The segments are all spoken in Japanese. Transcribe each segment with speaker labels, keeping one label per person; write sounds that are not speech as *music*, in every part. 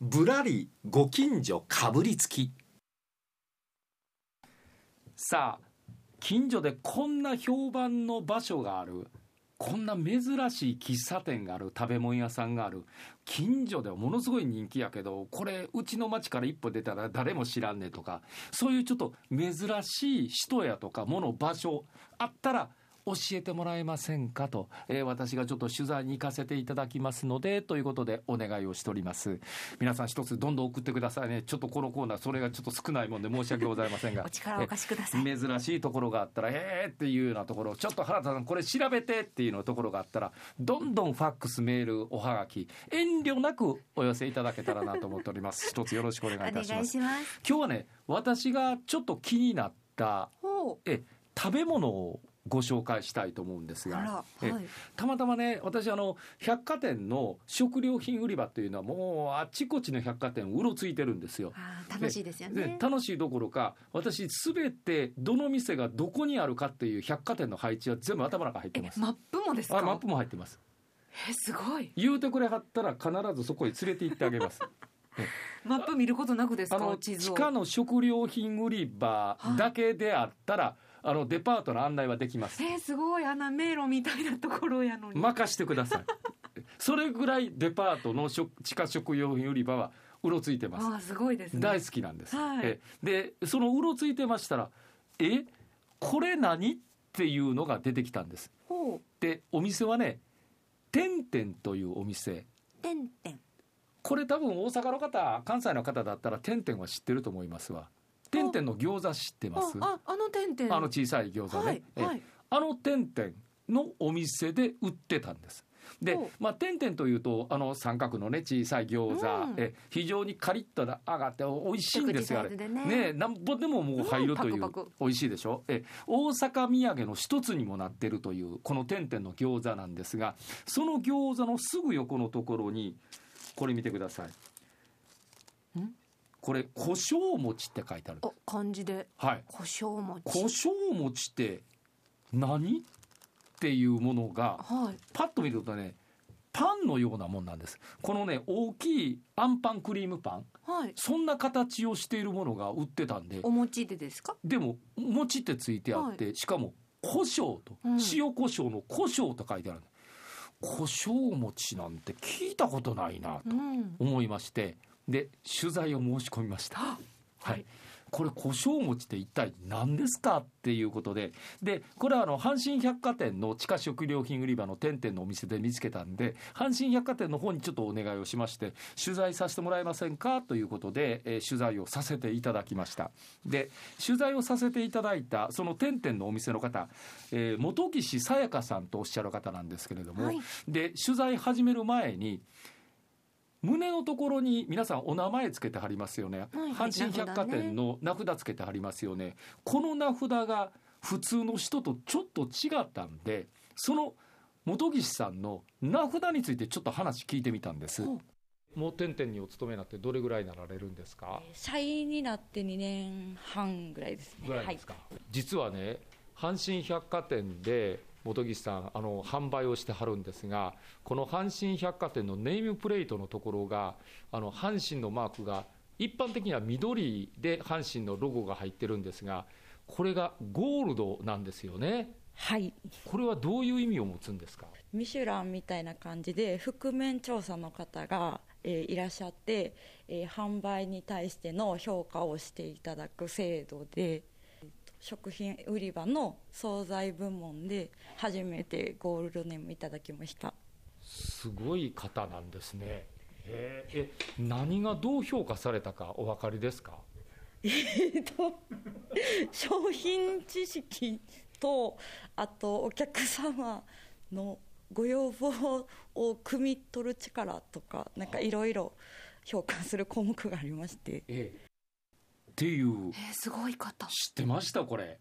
Speaker 1: ぶらりご近所かぶりつき
Speaker 2: さあ近所でこんな評判の場所があるこんな珍しい喫茶店がある食べ物屋さんがある近所ではものすごい人気やけどこれうちの町から一歩出たら誰も知らんねとかそういうちょっと珍しい人やとかもの場所あったら教えてもらえませんかと、えー私がちょっと取材に行かせていただきますのでということでお願いをしております皆さん一つどんどん送ってくださいねちょっとこのコーナーそれがちょっと少ないもんで申し訳ございませんが
Speaker 3: *laughs* お力をお貸しください。
Speaker 2: 珍しいところがあったら、えーっていうようなところ、ちょっと原田さん、これ調べてっていうようなところがあったら、どんどんファックス、メール、おはがき、遠慮なくお寄せいただけたらなと思っております。一つよろしくお願いいた
Speaker 3: お
Speaker 2: しま
Speaker 3: 願い
Speaker 2: す。
Speaker 3: します。
Speaker 2: 今日はね、私がちょっと気になった、
Speaker 3: ほ
Speaker 2: え、食べ物をご紹介したいと思うんです
Speaker 3: う。あら、
Speaker 2: が
Speaker 3: は、
Speaker 2: え
Speaker 3: い。
Speaker 2: たまたまね私あの百貨店の食料品売り場っていうのはもうあちこちの百貨店うろついてるんですよ。
Speaker 3: あー楽しいですよ
Speaker 2: ね
Speaker 3: ね。
Speaker 2: 楽しいどころか私すべてどの店がどこにあるかっていう百貨店の配置は全部頭の中入って
Speaker 3: え
Speaker 2: ます。
Speaker 3: マップもですか。
Speaker 2: あマップも入ってます
Speaker 3: えすごい。
Speaker 2: 言うてくれはったら必ずそこへ連れて行ってあげ
Speaker 3: *laughs*
Speaker 2: ます
Speaker 3: マップ見ることなくです
Speaker 2: あ
Speaker 3: か。
Speaker 2: の
Speaker 3: 地
Speaker 2: 地
Speaker 3: 図を。
Speaker 2: 下の食料品売り場だけであったら、あのデパートの案内はできます
Speaker 3: えすごいあんな迷路みたいなところや
Speaker 2: *laughs*
Speaker 3: のに。
Speaker 2: 任してくだ
Speaker 3: *laughs*
Speaker 2: さいそれぐらいデパートの食地下食料品売り場はうろついてます
Speaker 3: あーすごいですね。
Speaker 2: 大好きなんです、
Speaker 3: はい
Speaker 2: えでそのうろついてましたら「えこれ何?」っていうのが出てきたんです
Speaker 3: ほう。
Speaker 2: でお店はね「てんてん」というお店
Speaker 3: てんてん。
Speaker 2: これ多分大阪の方関西の方だったら「てんてん」は知ってると思いますわ「てんてん」の餃子知ってますあ
Speaker 3: あああのてんてん。
Speaker 2: の小さい餃子ね、
Speaker 3: はい
Speaker 2: え
Speaker 3: はい。
Speaker 2: あの点々のお店で売ってたんです。で
Speaker 3: お、
Speaker 2: まあ、点々というとあの三角のね小さい餃子、
Speaker 3: うん
Speaker 2: え非常にカリッと揚がって美味しいんですよあ
Speaker 3: 一口サ
Speaker 2: れ。
Speaker 3: イズでね
Speaker 2: ねなんぼでももう入るという、
Speaker 3: うんパクパク
Speaker 2: 美味しいでしょえ大阪土産の一つにもなってるというこの点々の餃子なんですがその餃子のすぐ横のところにこれ見てください
Speaker 3: ん。
Speaker 2: これ胡椒餅って書いてある。
Speaker 3: お漢字で
Speaker 2: はい。
Speaker 3: 胡椒餅。
Speaker 2: 胡椒餅って何っていうものが
Speaker 3: はい。
Speaker 2: パッと見るとねパンのようなもんなんですこのね大きいあんパンクリームパン
Speaker 3: はい。
Speaker 2: そんな形をしているものが売ってたんで
Speaker 3: お餅でですか。
Speaker 2: でも餅ってついてあって、しかも胡椒と、
Speaker 3: うん
Speaker 2: 塩胡椒の胡椒と書いてある胡椒餅なんて聞いたことないな
Speaker 3: うん。
Speaker 2: 思いましてで取材を申し込みました。はい、これ胡椒餅って一体何ですかっていうことででこれはあの阪神百貨店の地下食料品売り場の点々のお店で見つけたんで阪神百貨店の方にちょっとお願いをしまして取材させてもらえませんかということで、えー取材をさせていただきましたで取材をさせていただいたその点々のお店の方、えー本岸さやかさんとおっしゃる方なんですけれども、
Speaker 3: はい
Speaker 2: で取材始める前に胸のところに皆さんお名前つけてはりますよね、
Speaker 3: はい
Speaker 2: 阪神百貨店の名札つけてはりますよねこの名札が普通の人とちょっと違ったんでその本岸さんの名札についてちょっと話聞いてみたんです
Speaker 3: ほ
Speaker 2: もう点々にお勤めになってどれぐらいになられるんですか
Speaker 4: 社員になって2年半ぐらいですね。
Speaker 2: ぐらいですか、実はね阪神百貨店で本岸さんあの販売をしてはるんですがこの阪神百貨店のネームプレートのところがあの阪神のマークが一般的には緑で阪神のロゴが入ってるんですがこれがゴールドなんですよね
Speaker 4: はい。はい。
Speaker 2: これはどういう意味を持つんですか
Speaker 4: ミシュランみたいな感じで覆面調査の方が、えーいらっしゃって、えー販売に対しての評価をしていただく制度でえーと食品売り場の惣菜部門で初めてゴールドネームいただきました
Speaker 2: すごい方なんですねへええ何がどう評価されたかお分かりですか
Speaker 4: えっと商品知識とあとお客様のご要望を汲み取る力とかなんかいろいろ評価する項目がありまして
Speaker 2: ええっていう
Speaker 3: えーすごい方。
Speaker 2: 知ってましたこれ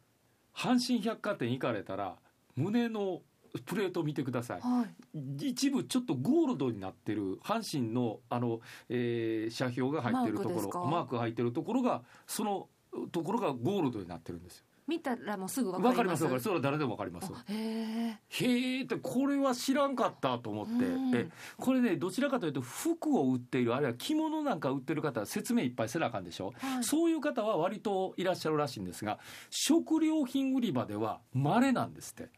Speaker 2: 阪神百貨店行かれたら胸のプレート見てください
Speaker 3: はい。
Speaker 2: 一部ちょっとゴールドになってる阪神のあの、えー車標が入ってると
Speaker 3: マークです
Speaker 2: こ
Speaker 3: か
Speaker 2: ろマーク入ってるところがそのところがゴールドになってるんですよ
Speaker 3: 見たらもうすぐわ
Speaker 2: わ
Speaker 3: か
Speaker 2: かり
Speaker 3: りま
Speaker 2: ますすわかりますそれは誰でもわかります
Speaker 3: あへえ
Speaker 2: へえってこれは知らんかったと思って、
Speaker 3: うん
Speaker 2: えこれねどちらかというと服を売っているあるいは着物なんか売ってる方は説明いっぱいせなあかんでしょ、
Speaker 3: はい
Speaker 2: そういう方は割といらっしゃるらしいんですが食料品売り場では稀なんですって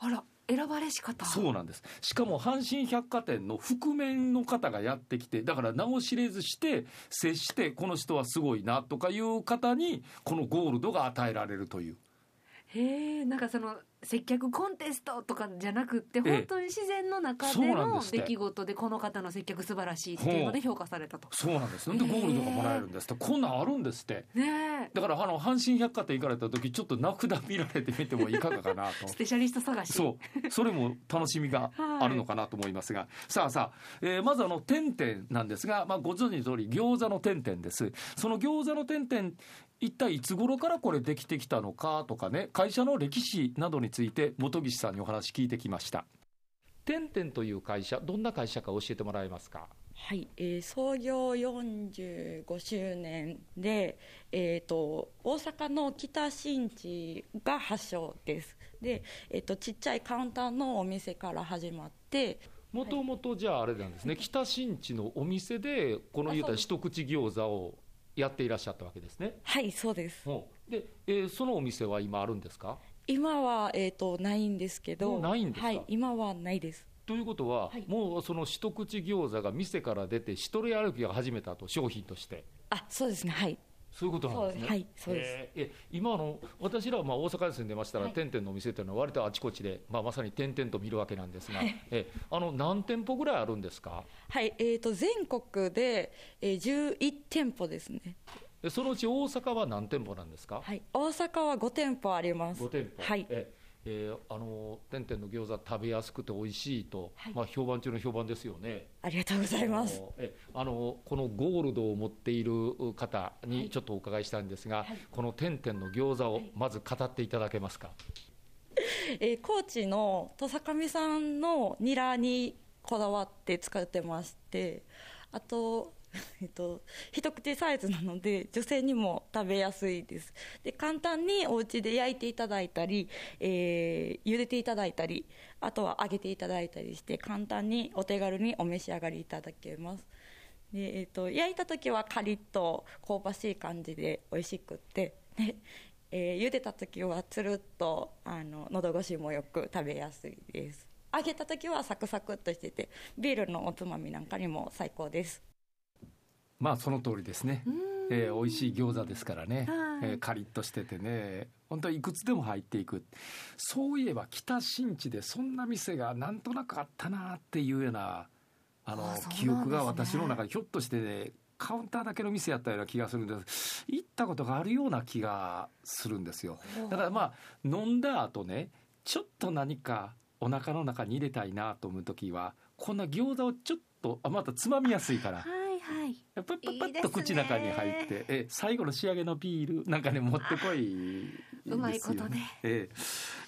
Speaker 3: あら選ばれし方
Speaker 2: そうなんですしかも阪神百貨店の覆面の方がやってきてだから名を知れずして接してこの人はすごいなとかいう方にこのゴールドが与えられるという
Speaker 3: へえなんかその接客コンテストとかじゃなくって
Speaker 2: ええ
Speaker 3: 本当に自然の中
Speaker 2: そう
Speaker 3: で
Speaker 2: なんで
Speaker 3: の
Speaker 2: すって
Speaker 3: 出来事でこの方の接客素晴らしいっていうので評価されたと
Speaker 2: そうなんですなんでゴールドがもらえるんですってこんなんあるんですって
Speaker 3: ねえ
Speaker 2: だからあの阪神百貨店行かれた時ちょっと名札見られてみてもいかがかな
Speaker 3: *laughs*
Speaker 2: と
Speaker 3: スペシャリスト探し
Speaker 2: そうそれも楽しみ
Speaker 4: *laughs*
Speaker 2: があるのかなと思いますが、さあさあ、えーまずあの点々なんですが、まあ、ご存知の通り餃子の点々ですその餃子の点々一体いつ頃からこれできてきたのかとかね会社の歴史などについて本岸さんにお話聞いてきました点々という会社どんな会社か教えてもらえますか
Speaker 4: はい、えー創業45周年で、えー、と大阪の北新地が発祥ですで、えー、とちっちゃいカウンターのお店から始まって
Speaker 2: もともとじゃああれなんですね、北新地のお店でこの
Speaker 4: あ
Speaker 2: 言うた
Speaker 4: そう
Speaker 2: ら
Speaker 4: です
Speaker 2: 一口餃子をやっていらっしゃったわけですね。
Speaker 4: はいそうです
Speaker 2: ほうで、えーそのお店は今あるんですか
Speaker 4: 今は、えー、とないんですけ
Speaker 2: も
Speaker 4: ど
Speaker 2: うないんですか
Speaker 4: はい、今はないです
Speaker 2: ということは、
Speaker 4: はい
Speaker 2: もうその一口餃子が店から出て一人歩きが始めたと商品として
Speaker 4: あそうですねはい
Speaker 2: そういうことなんですね。
Speaker 4: はいそうです、
Speaker 2: えーえ今あの私らはまあ大阪に住んでましたら、
Speaker 4: はい
Speaker 2: 点々のお店というのは割とあちこちで、まあ、まさに点々と見るわけなんですが、えーあの何店舗ぐらいあるんですか
Speaker 4: はいえー、と全国で、えー11店舗ですね、
Speaker 2: えそのうち大阪は何店舗なんですか
Speaker 4: はい、大阪は5店舗あります
Speaker 2: 五店舗。
Speaker 4: はい
Speaker 2: ええーあの点々の餃子食べやすくて美味しいと、
Speaker 4: はい
Speaker 2: まあ評判中の評判ですよね。
Speaker 4: ありがとうございます
Speaker 2: あの。えあのこのゴールドを持っている方にちょっとお伺いしたいんですが、
Speaker 4: はい
Speaker 2: この点々の餃子をまず語っていただけますか。
Speaker 4: えー、高知の土佐上さんのニラにこだわって使ってましてあと、えっと、一口サイズなので女性にも食べやすいですで簡単にお家で焼いていただいたり、えー茹でていただいたりあとは揚げていただいたりして簡単にお手軽にお召し上がりいただけますで、えっと焼いた時はカリッと香ばしい感じで美味しくって、ねえー茹でた時はつるっとあの喉越しもよく食べやすいです揚げた時はサクサクっとしててビールのおつまみなんかにも最高です
Speaker 2: まあその通りですね。えー、美味しい餃子ですからね、
Speaker 3: はい
Speaker 2: えーカリッとしててね本当はいくつでも入っていくそういえば北新地でそんな店がなんとなくあったなっていうようなあの
Speaker 3: あそうなんですね
Speaker 2: 記憶が私の中でひょっとして、ね、カウンターだけの店やったような気がするんです行ったことがあるような気がするんですよ。だからまあ飲んだ後ねちょっと何かお腹の中に入れたいなと思う時はこんな餃子をちょっとあまたつまみやすいから
Speaker 3: はいはい
Speaker 2: パッパッパ
Speaker 3: いい
Speaker 2: ッ
Speaker 3: で
Speaker 2: と
Speaker 3: すね
Speaker 2: 口の中に入ってえ最後の仕上げのビールなんかね持ってこいですよ
Speaker 3: うまいことね
Speaker 2: え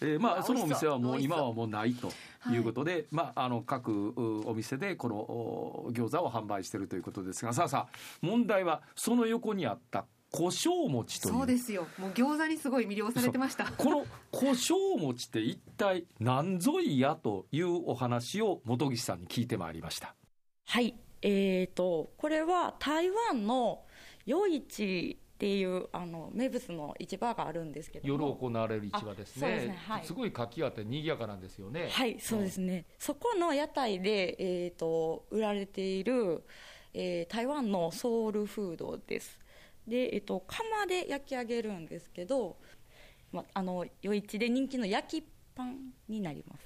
Speaker 2: えええま
Speaker 3: う
Speaker 2: あ
Speaker 3: わ
Speaker 2: そのお店はもう
Speaker 3: 美味しそう
Speaker 2: 今はもうないということで、まああの各うお店でこのお餃子を販売しているということですがさあさあ問題はその横にあった胡椒餅という
Speaker 3: そうですよもう餃子にすごい魅了されてました
Speaker 2: この胡椒餅って一体何ぞいやというお話を本岸さんに聞いてまいりました。
Speaker 4: はいえー、とこれは台湾の夜市っていうあの名物の市場があるんですけども
Speaker 2: 夜行われる市場ですね。
Speaker 4: あそうですねはい
Speaker 2: すごい活気あって賑やかなんですよね。
Speaker 4: はい、そうですね。そこの屋台で、えっ、と、売られている、えー台湾のソウルフードです。で、えっ、と、釜で焼き上げるんですけど、ま、あの、余市で人気の焼きパンになります。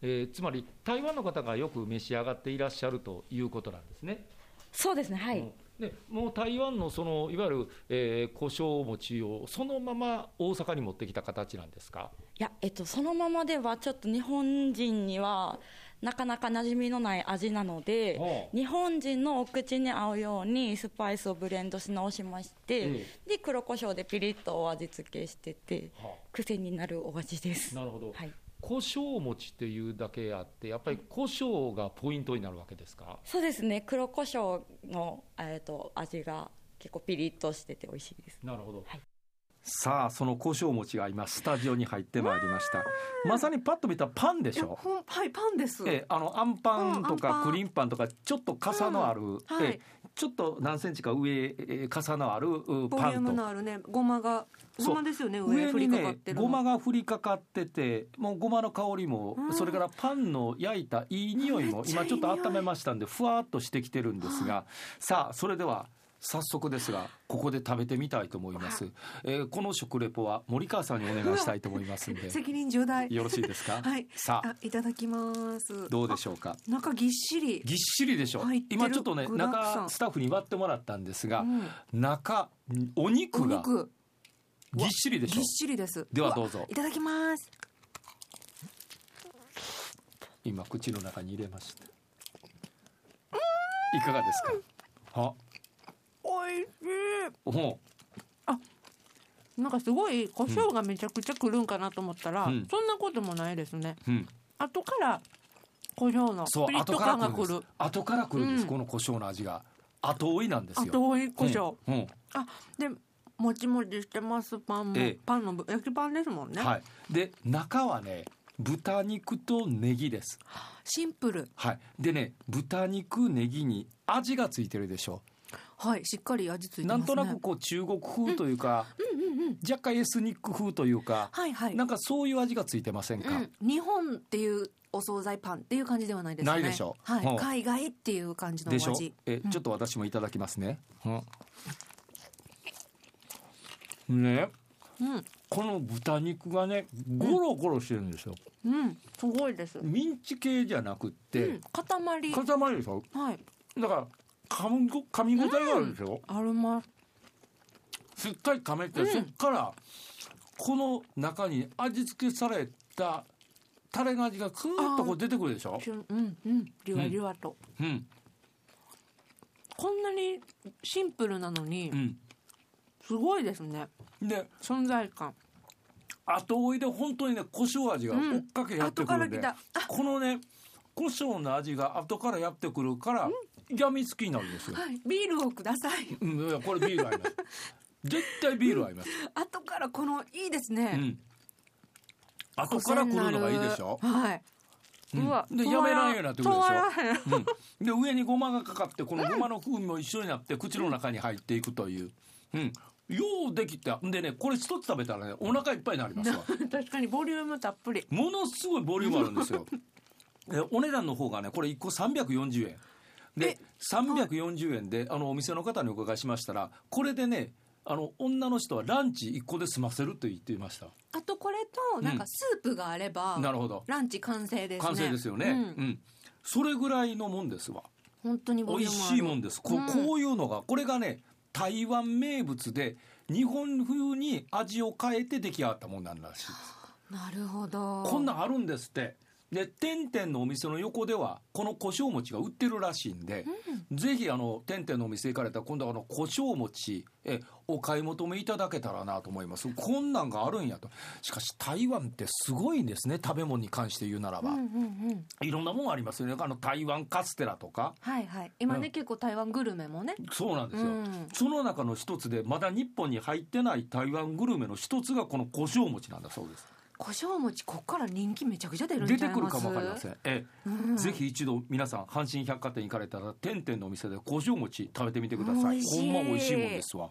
Speaker 2: えーつまり台湾の方がよく召し上がっていらっしゃるということなんですね。
Speaker 4: そうですね、はい。
Speaker 2: うんでもう台湾のそのいわゆる、えー、胡椒餅をそのまま大阪に持ってきた形なんですか。
Speaker 4: いや、えっと、そのままではちょっと日本人にはなかなか馴染みのない味なので
Speaker 2: は、あ
Speaker 4: 日本人のお口に合うようにスパイスをブレンドし直しまして、
Speaker 2: え
Speaker 4: で、黒胡椒でピリッとお味付けしてて、
Speaker 2: は
Speaker 4: 癖になるお味です。
Speaker 2: なるほど。
Speaker 4: はい。
Speaker 2: 胡椒餅というだけあってやっぱり胡椒がポイントになるわけですか。
Speaker 4: そうですね、黒胡椒の、えっと、味が結構ピリッとしてて美味しいです。
Speaker 2: なるほど、
Speaker 4: はい
Speaker 2: さあその胡椒餅が今スタジオに入ってまいりましたまさにパッと見たらパンで
Speaker 3: い
Speaker 2: し
Speaker 3: や
Speaker 2: ょ
Speaker 3: ほんはいパンです。
Speaker 2: ええあのあんパンと
Speaker 3: うんあん
Speaker 2: か
Speaker 3: パン
Speaker 2: クリーンパンとかちょっと傘のある、
Speaker 3: は
Speaker 2: え
Speaker 3: い
Speaker 2: え、ちょっと何センチか上ええ傘のあるう
Speaker 3: ボリ
Speaker 2: パ
Speaker 3: ューム
Speaker 2: ンと
Speaker 3: のあるねごまが
Speaker 2: そう
Speaker 3: ごまですよね上
Speaker 2: 上
Speaker 3: 振
Speaker 2: に
Speaker 3: りかかっ
Speaker 2: ね
Speaker 3: てるの。
Speaker 2: ごまが振りかかっててもうごまの香りも、
Speaker 3: うん
Speaker 2: それからパンの焼いたいい匂い
Speaker 3: め
Speaker 2: も
Speaker 3: っち
Speaker 2: 今
Speaker 3: ゃいい
Speaker 2: ちょっと
Speaker 3: 匂
Speaker 2: 温
Speaker 3: い
Speaker 2: めましたんでふわっとしてきてるんですが、さあそれでは早速ですがここで食べてみたいと思います、えーこの食レポは森川さんにお願いしたいと思います
Speaker 3: *laughs*
Speaker 2: んで
Speaker 3: 責任重大。
Speaker 2: よろしいですか、
Speaker 3: *laughs* はい
Speaker 2: さあ
Speaker 3: あいただきます。
Speaker 2: どうで
Speaker 3: ょ
Speaker 2: しょうか
Speaker 3: う。中ぎっしり。
Speaker 2: ぎっしりでしょ
Speaker 3: 入ってる
Speaker 2: 今ちょっとね
Speaker 3: 具だくさん
Speaker 2: 中スタッフに割ってもらったんですが、
Speaker 3: うん
Speaker 2: 中お肉
Speaker 3: お
Speaker 2: が
Speaker 3: 肉
Speaker 2: ぎっしりでし
Speaker 3: ぎ
Speaker 2: ょ
Speaker 3: っしりです。
Speaker 2: では
Speaker 3: うわ
Speaker 2: どうぞ
Speaker 3: いただきます。
Speaker 2: 今口の中に入れましたいかがですかは
Speaker 3: おいしい。
Speaker 2: ほ
Speaker 5: なんかすごい胡椒がめちゃくちゃくるんかなと思ったら、
Speaker 2: うん
Speaker 5: そんなこともないですね
Speaker 2: う、うん、
Speaker 5: 後から胡椒の
Speaker 2: そう
Speaker 5: ピリッ
Speaker 2: 後
Speaker 5: と
Speaker 2: から
Speaker 5: 感が
Speaker 2: 来るん
Speaker 5: く
Speaker 2: です
Speaker 5: る
Speaker 2: 後から来るんです、
Speaker 5: うん
Speaker 2: この胡椒の味が後追いなんですよ
Speaker 5: 後追い胡椒、
Speaker 2: うんうん
Speaker 5: あでもちもちしてますパンも、
Speaker 2: ええ
Speaker 5: パンの部焼きパンですもんね、
Speaker 2: はいで中はね豚肉とネギです
Speaker 3: シンプル。
Speaker 2: はいでね豚肉ネギに味がついてるでしょ
Speaker 3: はいしっかり味ついて
Speaker 2: な
Speaker 3: ますね。
Speaker 2: んとなくこう中国風というか、若干エスニック風というか、
Speaker 3: はいはい。
Speaker 2: なんかそういう味がついてませんか、
Speaker 3: うん、日本っていうお惣菜パンっていう感じではないですね。
Speaker 2: ないでしょ
Speaker 3: は
Speaker 2: うん
Speaker 3: い、海外っていう感じのお
Speaker 2: でしょ
Speaker 3: 味。
Speaker 2: え、
Speaker 3: うん
Speaker 2: ちょっと私もいただきますね、うんね
Speaker 5: うん
Speaker 2: この豚肉がねゴロゴロしてるんですよ、
Speaker 5: うんすごいです、
Speaker 2: ミンチ系じゃなくっ
Speaker 5: うん
Speaker 2: て、、
Speaker 5: 塊
Speaker 2: 塊でしょ
Speaker 5: はい
Speaker 2: だから噛むご噛み応えがあるでしょ、
Speaker 5: あります
Speaker 2: しっかり噛めて、
Speaker 5: うん
Speaker 2: そっからこの中に味付けされたタレの味がクーッとこう出てくるでしょ
Speaker 5: しゅうんうんりわりわと、
Speaker 2: うん
Speaker 5: こんなにシンプルなのに
Speaker 2: う
Speaker 5: すごいですね
Speaker 2: んで
Speaker 5: 存在感
Speaker 2: 後追いで本当にね胡椒味が追っかけやって
Speaker 3: 後
Speaker 2: く
Speaker 3: か
Speaker 2: る
Speaker 3: ら
Speaker 2: んで、
Speaker 3: 来た。
Speaker 2: このね胡椒の味が後からやってくるからやみつきになるんですよ、
Speaker 3: はい、ビールをください。 *laughs*
Speaker 2: うん、いやこれビール合います絶対ビール合います、
Speaker 3: 後からこのいいです
Speaker 2: う
Speaker 3: ね。
Speaker 2: ん、後から来るのがいいでしょ、
Speaker 5: はい、
Speaker 2: うん
Speaker 5: うわ
Speaker 2: で
Speaker 5: 止
Speaker 2: や
Speaker 5: ま
Speaker 2: めら
Speaker 5: らん
Speaker 2: んようになってくるでしょ
Speaker 5: 止まらん
Speaker 2: うん、で上にごまがかかってこのごまの風味も一緒になって口の中に入っていくという、うん、ようできたんでねこれ一つ食べたらねお腹いっぱいになりますわ
Speaker 5: *laughs* 確かにボリュームたっぷり
Speaker 2: ものすごいボリュームあるんです
Speaker 5: *laughs*
Speaker 2: よでお値段の方がねこれ1個340円で340円であのお店の方にお伺いしましたらこれでねあの女の人はランチ1個で済ませると言っていました
Speaker 3: あとこれとなんかスープがあれば、
Speaker 2: なるほど
Speaker 3: ランチ完成ですね。
Speaker 2: 完成ですよね
Speaker 5: うん
Speaker 2: うん、それぐらいのもんですわ
Speaker 5: 本当にボリ
Speaker 2: 美
Speaker 5: ュ
Speaker 2: 味
Speaker 5: ームあ
Speaker 2: し
Speaker 5: る
Speaker 2: いもんですこ,、う
Speaker 5: うん
Speaker 2: こういうのがこれがね台湾名物で日本風に味を変えて出来上がったもんなんらしいです
Speaker 3: なるほど。
Speaker 2: こんなんあるんですってで点々のお店の横ではこの胡椒餅が売ってるらしいんで、ぜひあの点々のお店行かれたら今度はあの胡椒餅えお買い求めいただけたらなと思いますこんなんがあるんやとしかし台湾ってすごいんですね食べ物に関して言うならば、
Speaker 3: うんうんうん。
Speaker 2: いろんなもんありますよねあの台湾カステラとか
Speaker 3: はいはい。今ね、結構台湾グルメもね。
Speaker 2: そうなんです
Speaker 3: う
Speaker 2: よ、
Speaker 3: ん。
Speaker 2: その中の一つでまだ日本に入ってない台湾グルメの一つがこの胡椒餅なんだそうです
Speaker 3: 胡椒餅こっから人気めちゃくちゃ出るんちゃ
Speaker 2: 出
Speaker 3: います
Speaker 2: てくるかもわかりませんええ、
Speaker 3: うん
Speaker 2: ぜひ一度皆さん阪神百貨店行かれたら天々のお店で胡椒餅食べてみてください
Speaker 3: 美味し
Speaker 2: ほ
Speaker 3: い
Speaker 2: んま美味しいもんですわ